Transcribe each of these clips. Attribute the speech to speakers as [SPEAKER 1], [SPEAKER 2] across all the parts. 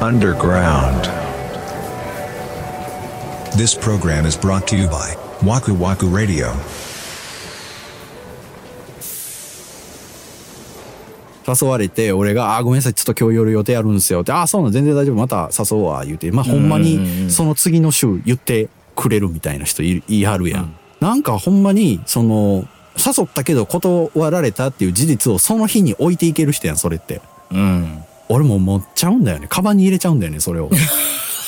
[SPEAKER 1] underground.
[SPEAKER 2] This program is brought to you by Waku Waku Radio.
[SPEAKER 3] 誘われて、俺が、あー、ごめんなさい、ちょっと今日夜予定あるんですよって、あー、そうなの、全然大丈夫、また誘うわ、言うて、まあ、ほんまに、その次の週言ってくれるみたいな人い言いはるやん。なんかほんまに、その、誘ったけど断られたっていう事実をその日に置いていける人やん、それって。
[SPEAKER 4] うん。
[SPEAKER 3] 俺も持っちゃうんだよね。カバンに入れちゃうんだよね、それを。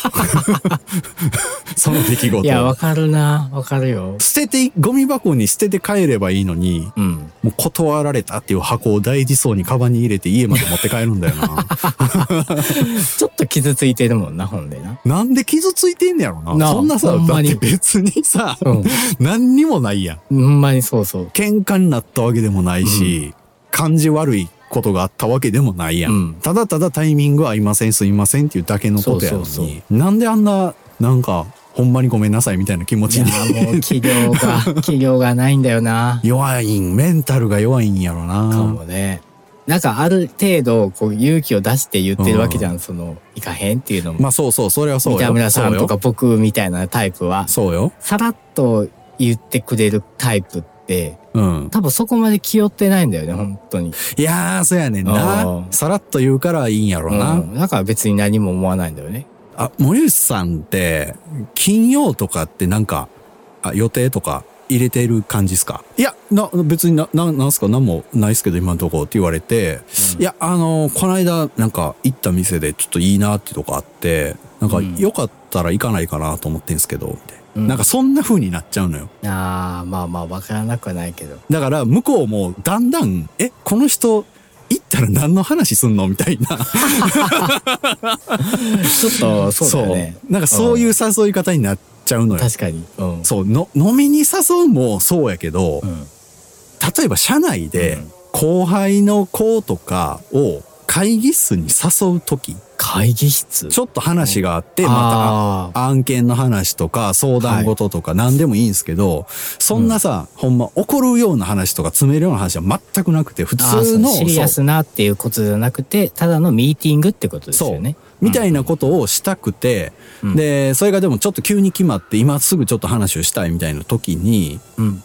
[SPEAKER 3] その出来
[SPEAKER 4] いや、
[SPEAKER 3] 事を
[SPEAKER 4] わ。かるな。わかるよ。
[SPEAKER 3] 捨ててい、ゴミ箱に捨てて帰ればいいのに、
[SPEAKER 4] うん。
[SPEAKER 3] もう断られたっていう箱を大事そうにカバンに入れて家まで持って帰るんだよな。
[SPEAKER 4] ちょっと傷ついてるもんな、ほんでな。
[SPEAKER 3] なんで傷ついてんねやろな。
[SPEAKER 4] なあ
[SPEAKER 3] そんなさ、
[SPEAKER 4] ほん
[SPEAKER 3] だっ
[SPEAKER 4] まに
[SPEAKER 3] て別にさ、
[SPEAKER 4] うん
[SPEAKER 3] 何にもないやん。
[SPEAKER 4] ほんまにそうそう。
[SPEAKER 3] 喧嘩になったわけでもないし、感じ悪いことがあったわけでもないやん。
[SPEAKER 4] うん
[SPEAKER 3] ただただタイミング合いません、すいませんっていうだけのことやのに。
[SPEAKER 4] そうそう
[SPEAKER 3] なんであんな、なんか、ほんまにごめんなさいみたいな気持
[SPEAKER 4] い
[SPEAKER 3] ち
[SPEAKER 4] や
[SPEAKER 3] に。
[SPEAKER 4] もう企業 が、企業がないんだよな。
[SPEAKER 3] 弱いん、メンタルが弱いんやろな。
[SPEAKER 4] かもね。なんかある程度、こう勇気を出して言ってるわけじゃん、その、いかへんっていうのも。
[SPEAKER 3] まあそうそう、それはそうよ。
[SPEAKER 4] 三田村さんとか僕みたいなタイプは、
[SPEAKER 3] そうよ。
[SPEAKER 4] さらっと言ってくれるタイプって、
[SPEAKER 3] そうよ。うん。
[SPEAKER 4] 多分そこまで気負ってないんだよね、本当に。
[SPEAKER 3] いやー、そうやねんな
[SPEAKER 4] う。ん
[SPEAKER 3] さらっと言うからいいんやろな。
[SPEAKER 4] うんだから別に何も思わないんだよね。
[SPEAKER 3] あ、森内さんって、金曜とかってなんか、あ予定とか入れてる感じですかいや、な、別にな、ななんすか、なんもないっすけど、今のとこって言われて、いや、あの、この間、なんか、行った店でちょっといいなってとこあって、なんか、
[SPEAKER 4] うん
[SPEAKER 3] よかったら行かないかなと思ってんすけど、みたいな。
[SPEAKER 4] うん
[SPEAKER 3] なんか、そんな風になっちゃうのよ。
[SPEAKER 4] ああ、まあまあ、わからなくはないけど。
[SPEAKER 3] だから、向こうも、だんだん、え、この人、行ったら何の話すんのみたいな。
[SPEAKER 4] ちょっと、そうだよね。
[SPEAKER 3] そうなんか、そういう誘い方になっちゃうのよ。
[SPEAKER 4] 確かに。うん。
[SPEAKER 3] そう、の、飲みに誘うもそうやけど、
[SPEAKER 4] うん。
[SPEAKER 3] 例えば社内で
[SPEAKER 4] うん
[SPEAKER 3] 後輩の子とかを会議室に誘うとき、
[SPEAKER 4] 会議室
[SPEAKER 3] ちょっと話があって、
[SPEAKER 4] うん
[SPEAKER 3] ま
[SPEAKER 4] あ
[SPEAKER 3] た案件の話とか相談事とか何でもいいんですけど、そんなさ、ほんま怒るような話とか詰めるような話は全くなくて、普
[SPEAKER 4] あー
[SPEAKER 3] 通
[SPEAKER 4] そ
[SPEAKER 3] の、
[SPEAKER 4] うシリアスなっていうことじゃなくて、ただのミーティングってことです
[SPEAKER 3] そ
[SPEAKER 4] よ
[SPEAKER 3] う
[SPEAKER 4] ね。。
[SPEAKER 3] みたいなことをしたくて、
[SPEAKER 4] うん
[SPEAKER 3] で、それがでもちょっと急に決まって、今すぐちょっと話をしたいみたいな時に、
[SPEAKER 4] うん。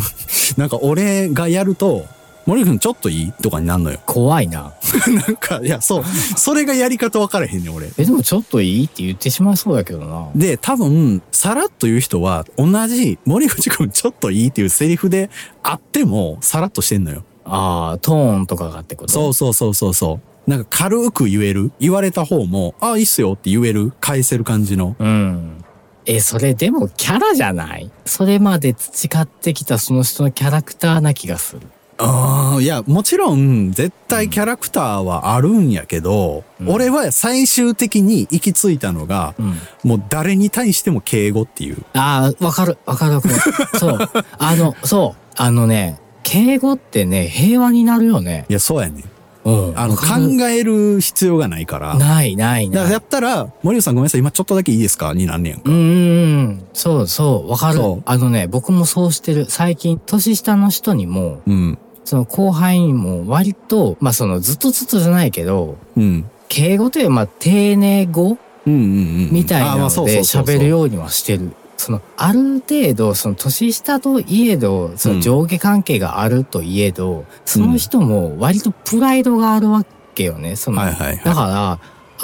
[SPEAKER 3] なんか俺がやると、森君ちょっといいとかになるのよ。
[SPEAKER 4] 怖いな。
[SPEAKER 3] なんか、いや、 そう。それがやり方分からへんねん、俺。
[SPEAKER 4] え、でもちょっといいって言ってしまいそうだけどな。
[SPEAKER 3] で、多分、さらっと言う人は、同じ、森口くんちょっといいっていうセリフであっても、さらっとしてんのよ。
[SPEAKER 4] ああ、トーンとかがってこと
[SPEAKER 3] そうそうそうそうそう。なんか軽く言える言われた方も、あ、いいっすよって言える返せる感じの。
[SPEAKER 4] うん。え、それでもキャラじゃないそれまで培ってきたその人のキャラクターな気がする。
[SPEAKER 3] ああ、いや、もちろん、絶対キャラクターはあるんやけど、
[SPEAKER 4] うん
[SPEAKER 3] 俺は最終的に行き着いたのが、
[SPEAKER 4] うん。
[SPEAKER 3] もう誰に対しても敬語っていう。
[SPEAKER 4] ああ、わかる、わかるわ かる。そう。あの、そう。あのね、敬語ってね、平和になるよね。
[SPEAKER 3] いや、そうやねん。
[SPEAKER 4] うん。
[SPEAKER 3] あの、
[SPEAKER 4] わかる
[SPEAKER 3] 考える必要がないから。
[SPEAKER 4] ないない
[SPEAKER 3] だか
[SPEAKER 4] な
[SPEAKER 3] ら
[SPEAKER 4] い
[SPEAKER 3] や。ったら、森内さんごめんなさい、今ちょっとだけいいですかになんねやんか。
[SPEAKER 4] うんうんうん。そうそう、わかる
[SPEAKER 3] そう。
[SPEAKER 4] あのね、僕もそうしてる。最近、年下の人にも、
[SPEAKER 3] うん。
[SPEAKER 4] その後輩にも割と、まあそのずっとずっとじゃないけど、
[SPEAKER 3] うん。
[SPEAKER 4] 敬語というよりまあ丁寧語
[SPEAKER 3] うんうんうん。
[SPEAKER 4] みたいな
[SPEAKER 3] あまあ
[SPEAKER 4] の
[SPEAKER 3] そう
[SPEAKER 4] で
[SPEAKER 3] そうそう
[SPEAKER 4] 喋るようにはしてる。その、ある程度、その、年下といえど、そうの
[SPEAKER 3] ん
[SPEAKER 4] 上下関係があるといえど、その人も割とプライドがあるわけよね、その。
[SPEAKER 3] はいはいはい。
[SPEAKER 4] だから、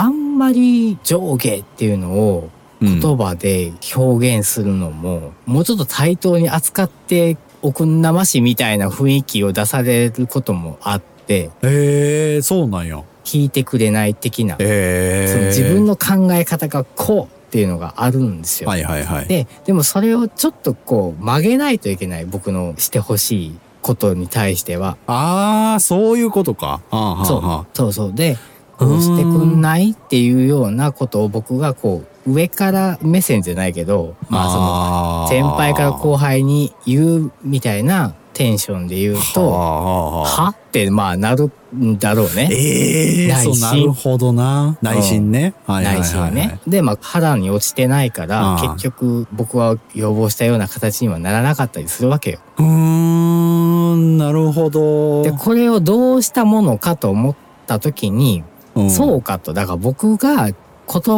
[SPEAKER 4] あんまり上下っていうのを
[SPEAKER 3] うん
[SPEAKER 4] 言葉で表現するのも、もうちょっと対等に扱っておくんなましみたいな雰囲気を出されることもあって、
[SPEAKER 3] ええー、そうなんや。
[SPEAKER 4] 聞いてくれない的な、
[SPEAKER 3] ええー。
[SPEAKER 4] その自分
[SPEAKER 3] の。
[SPEAKER 4] の考え方がこうっていうのがあるんですよ。
[SPEAKER 3] はいはいはい。
[SPEAKER 4] で、でもそれをちょっとこう曲げないといけない僕のしてほしいことに対しては。
[SPEAKER 3] ああ、そういうことか。ああはあはあ
[SPEAKER 4] そう。そうそう。で、こうしてくんないっていうようなことを僕がこう上から目線じゃないけど、まあその
[SPEAKER 3] あー
[SPEAKER 4] 先輩から後輩に言うみたいなテンションで言う
[SPEAKER 3] は
[SPEAKER 4] と、
[SPEAKER 3] あはあはあ
[SPEAKER 4] はってまあなるんだろうね。
[SPEAKER 3] ええー、
[SPEAKER 4] 内心
[SPEAKER 3] そう、なるほどな。内心ね。はいはいはい。
[SPEAKER 4] 内心ね。。で、まあ、肌に落ちてないか
[SPEAKER 3] あ
[SPEAKER 4] ら、
[SPEAKER 3] ー
[SPEAKER 4] 結局僕は要望したような形にはならなかったりするわけよ。
[SPEAKER 3] うーん、なるほど。
[SPEAKER 4] で、これをどうしたものかと思った時に、
[SPEAKER 3] うん
[SPEAKER 4] そうかと。だから僕が言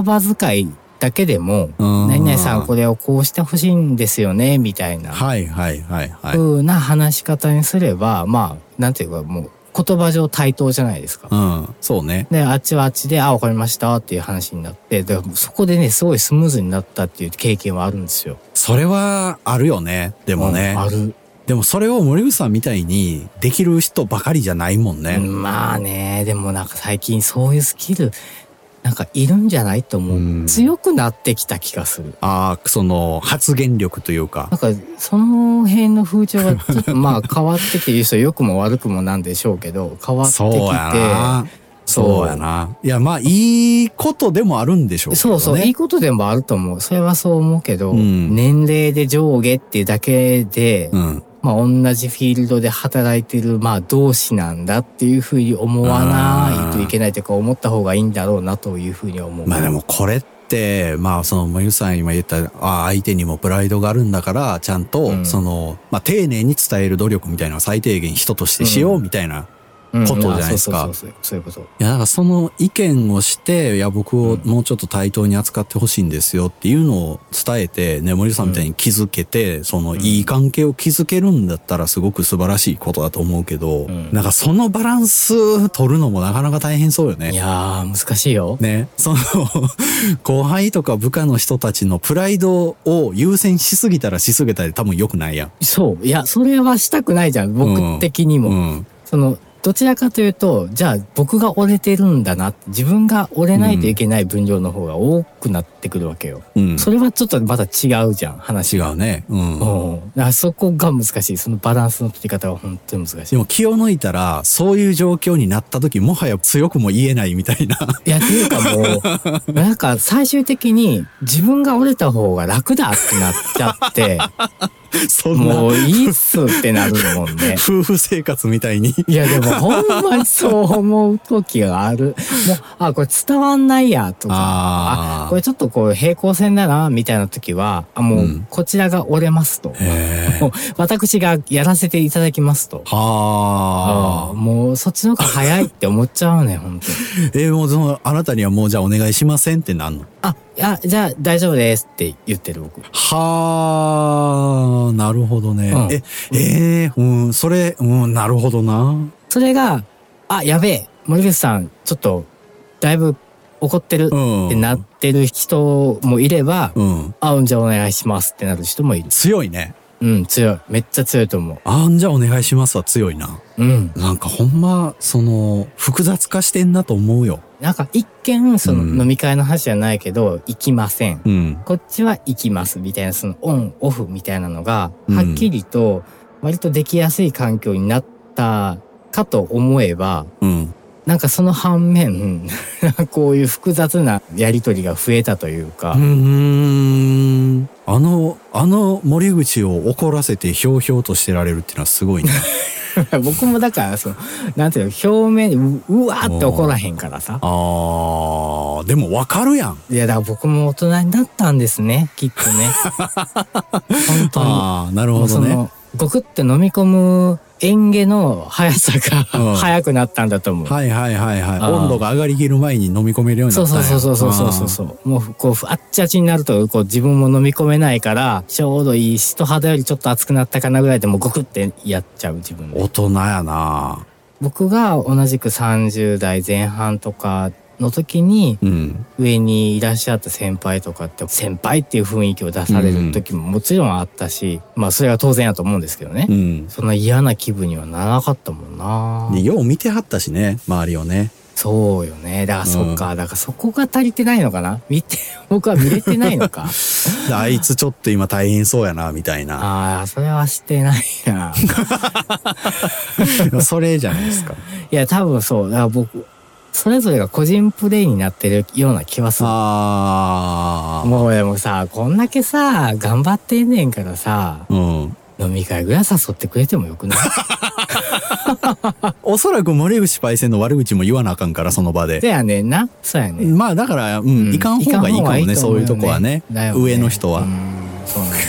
[SPEAKER 4] 葉遣いだけでも、
[SPEAKER 3] うん
[SPEAKER 4] 何々さんこれをこうしてほしいんですよね、みたいな
[SPEAKER 3] はいはいはいはい。うん。
[SPEAKER 4] 風な話し方にすれば、まあ、なんていうかもう言葉上対等じゃないですか。
[SPEAKER 3] そうね。
[SPEAKER 4] で、あっちはあっちで、あ、わかりましたっていう話になって、だからそこでね、すごいスムーズになったっていう経験はあるんですよ。
[SPEAKER 3] それはあるよね。でもね
[SPEAKER 4] ん。ある。
[SPEAKER 3] でもそれを森口さんみたいにできる人ばかりじゃないもんね。
[SPEAKER 4] まあね、でもなんか最近そういうスキル、なんかいるんじゃないと思う。
[SPEAKER 3] うん
[SPEAKER 4] 強くなってきた気がする。
[SPEAKER 3] ああ、その発言力というか
[SPEAKER 4] な。んかその辺の風潮がちょっ とまあ変わってきている人良くも悪くもなんでしょうけど変わってきて
[SPEAKER 3] そうやな。そうやな。いや、まあ、いいことでもあるんでしょうけど
[SPEAKER 4] そ
[SPEAKER 3] ね。
[SPEAKER 4] うそう、いいことでもあると思うそれはそう思うけど、
[SPEAKER 3] うん
[SPEAKER 4] 年齢で上下っていうだけで、
[SPEAKER 3] うん。
[SPEAKER 4] まあ同じフィールドで働いてるまあ同志なんだっていうふうに思わないといけないというか思った方がいいんだろうなというふうに思う、
[SPEAKER 3] まあでもこれって、まあその、森口さん今言った、ああ、相手にもプライドがあるんだから、ちゃん
[SPEAKER 4] う
[SPEAKER 3] と、
[SPEAKER 4] ん
[SPEAKER 3] その、まあ丁寧に伝える努力みたいなのは最低限人としてしようみたいな
[SPEAKER 4] うん
[SPEAKER 3] ことじゃないですか
[SPEAKER 4] そうそうそうそういうこと
[SPEAKER 3] いや、だからその意見をして、いや、僕を
[SPEAKER 4] うん
[SPEAKER 3] もうちょっと対等に扱ってほしいんですよっていうのを伝えて、ね、森さんみたいに気づけて、その
[SPEAKER 4] ん
[SPEAKER 3] いい関係を築けるんだったらすごく素晴らしいことだと思うけど、
[SPEAKER 4] ん
[SPEAKER 3] なんかそのバランス取るのもなかなか大変そうよ
[SPEAKER 4] い
[SPEAKER 3] ね。
[SPEAKER 4] やー難しいよ、
[SPEAKER 3] ね、その後輩とか部下の人たちのプライドを優先しすぎたらしすぎたで多分良くないやん。
[SPEAKER 4] そういやそれはしたくないじゃ
[SPEAKER 3] う
[SPEAKER 4] ん
[SPEAKER 3] ん
[SPEAKER 4] 僕的にも、
[SPEAKER 3] うん。
[SPEAKER 4] そのどちらかというとじゃあ僕が折れてるんだな自分が折れないといけない分量の方が多くなってくるわけよ、
[SPEAKER 3] うん。
[SPEAKER 4] それはちょっとまた違うじゃん話
[SPEAKER 3] 違
[SPEAKER 4] が
[SPEAKER 3] うね。うん。
[SPEAKER 4] うん、だからそこが難しいそのバランスの取り方は本当に難しい
[SPEAKER 3] でも気を抜いたら、そういう状況になった時、もはや強くも言えないみたいな。
[SPEAKER 4] いや、っていうかもう、なんか最終的に自分が折れた方が楽だってなっちゃ って、
[SPEAKER 3] そんな
[SPEAKER 4] もういいっすってなるもんね。
[SPEAKER 3] 夫婦生活みたいに。
[SPEAKER 4] いや、でもほんまにそう思う時 がある。もう、あ、これ伝わんないや、とか。
[SPEAKER 3] あ
[SPEAKER 4] あこれちょっとこう平行線だな、みたいな時は、あ、もううんこちらが折れますと。
[SPEAKER 3] へえ。
[SPEAKER 4] もう私がやらせていただきますと。あ
[SPEAKER 3] は
[SPEAKER 4] あ
[SPEAKER 3] あ。
[SPEAKER 4] もうそっちの方が早いって思っちゃうね、本 当に。
[SPEAKER 3] え、もうその、あなたにはもうじゃあお願いしませんってなんの
[SPEAKER 4] あ、いや、じゃあ大丈夫ですって言ってる僕。
[SPEAKER 3] はあ、なるほどね。
[SPEAKER 4] うん
[SPEAKER 3] え、えーうん、それ、うん、なるほどな。
[SPEAKER 4] それが、あ、やべえ、森口さん、ちょっと、だいぶ怒ってる
[SPEAKER 3] うん
[SPEAKER 4] ってなってる人もいれば、
[SPEAKER 3] うん。
[SPEAKER 4] あ、うんじゃあお願いしますってなる人もいる。
[SPEAKER 3] 強いね。
[SPEAKER 4] うん、強い。めっちゃ強いと思
[SPEAKER 3] あんじゃあお願いしますは強いな。
[SPEAKER 4] う。うん。
[SPEAKER 3] なんかほんま、その、複雑化してんなと思うよ。
[SPEAKER 4] なんか一見、その
[SPEAKER 3] うん
[SPEAKER 4] 飲み会の話じゃないけど、行きません。
[SPEAKER 3] うん。
[SPEAKER 4] こっちは行きますみたいな、そのオン、オフみたいなのが、
[SPEAKER 3] うん
[SPEAKER 4] はっきりと、割とできやすい環境になったかと思えば、
[SPEAKER 3] うん。
[SPEAKER 4] なんかその反面、 こういう複雑なやりとりが増えたというか、
[SPEAKER 3] うーん。あの、あの森口を怒らせてひょうひょうとしてられるっていうのはすご いね。
[SPEAKER 4] 僕もだからそのなんていうの表面でううわーって怒らへんからさ
[SPEAKER 3] あー、でもわかるやん。
[SPEAKER 4] いやだから僕も大人になったんですねきっと ね本当に
[SPEAKER 3] あー、なる
[SPEAKER 4] も
[SPEAKER 3] ほ
[SPEAKER 4] う
[SPEAKER 3] ど
[SPEAKER 4] そ
[SPEAKER 3] ね。
[SPEAKER 4] のゴクって飲み込む嚥下の速さ
[SPEAKER 3] うん
[SPEAKER 4] が速くなったんだと思う、
[SPEAKER 3] はいはいはいはい。
[SPEAKER 4] あー
[SPEAKER 3] 温度が上がりきる前に飲み込めるように
[SPEAKER 4] そ
[SPEAKER 3] な
[SPEAKER 4] う
[SPEAKER 3] ったん
[SPEAKER 4] そう
[SPEAKER 3] や
[SPEAKER 4] そうそうそうそうそうそうもうこうあっちあっちになるとこう自分も飲み込めないからちょうどいい人肌よりちょっと熱くなったかなぐらいでもうゴクってやっちゃう自分
[SPEAKER 3] あ
[SPEAKER 4] で
[SPEAKER 3] ー大人やな
[SPEAKER 4] 僕が同じく30代前半とかの時に
[SPEAKER 3] うん。
[SPEAKER 4] 上にいらっしゃった先輩とかって先輩っていう雰囲気を出される時ももちろんあったし、まあそれが当然やと思うんですけどね、
[SPEAKER 3] うん。
[SPEAKER 4] そんな嫌な気分にはならなかったもんな
[SPEAKER 3] でよう見てはったしね、周りをね。
[SPEAKER 4] そうよねだからそっか、だからそこが足りてないのかな見て 僕は見れてない のか
[SPEAKER 3] であいつちょっと今大変そうやな、みたいな。
[SPEAKER 4] ああそれはしてない な
[SPEAKER 3] それじゃないですか。
[SPEAKER 4] いや多分そうだから僕それぞれが個人プレイになってるような気はする
[SPEAKER 3] あー。
[SPEAKER 4] もうでもさ、こんだけさ、頑張ってんねんからさ、
[SPEAKER 3] うん。
[SPEAKER 4] 飲み会ぐらい誘ってくれても よくない
[SPEAKER 3] おそらく森口パイセンの悪口も言わなあかんから、その場で
[SPEAKER 4] そ。やねんな。そうやねん。
[SPEAKER 3] まあだから、うん、
[SPEAKER 4] うん
[SPEAKER 3] いかん方がいいかもね、
[SPEAKER 4] いかん方がいいと
[SPEAKER 3] そ
[SPEAKER 4] 思
[SPEAKER 3] う
[SPEAKER 4] うよね
[SPEAKER 3] いうとこはね
[SPEAKER 4] だよね
[SPEAKER 3] 上の人は。
[SPEAKER 4] うんそうなんだよ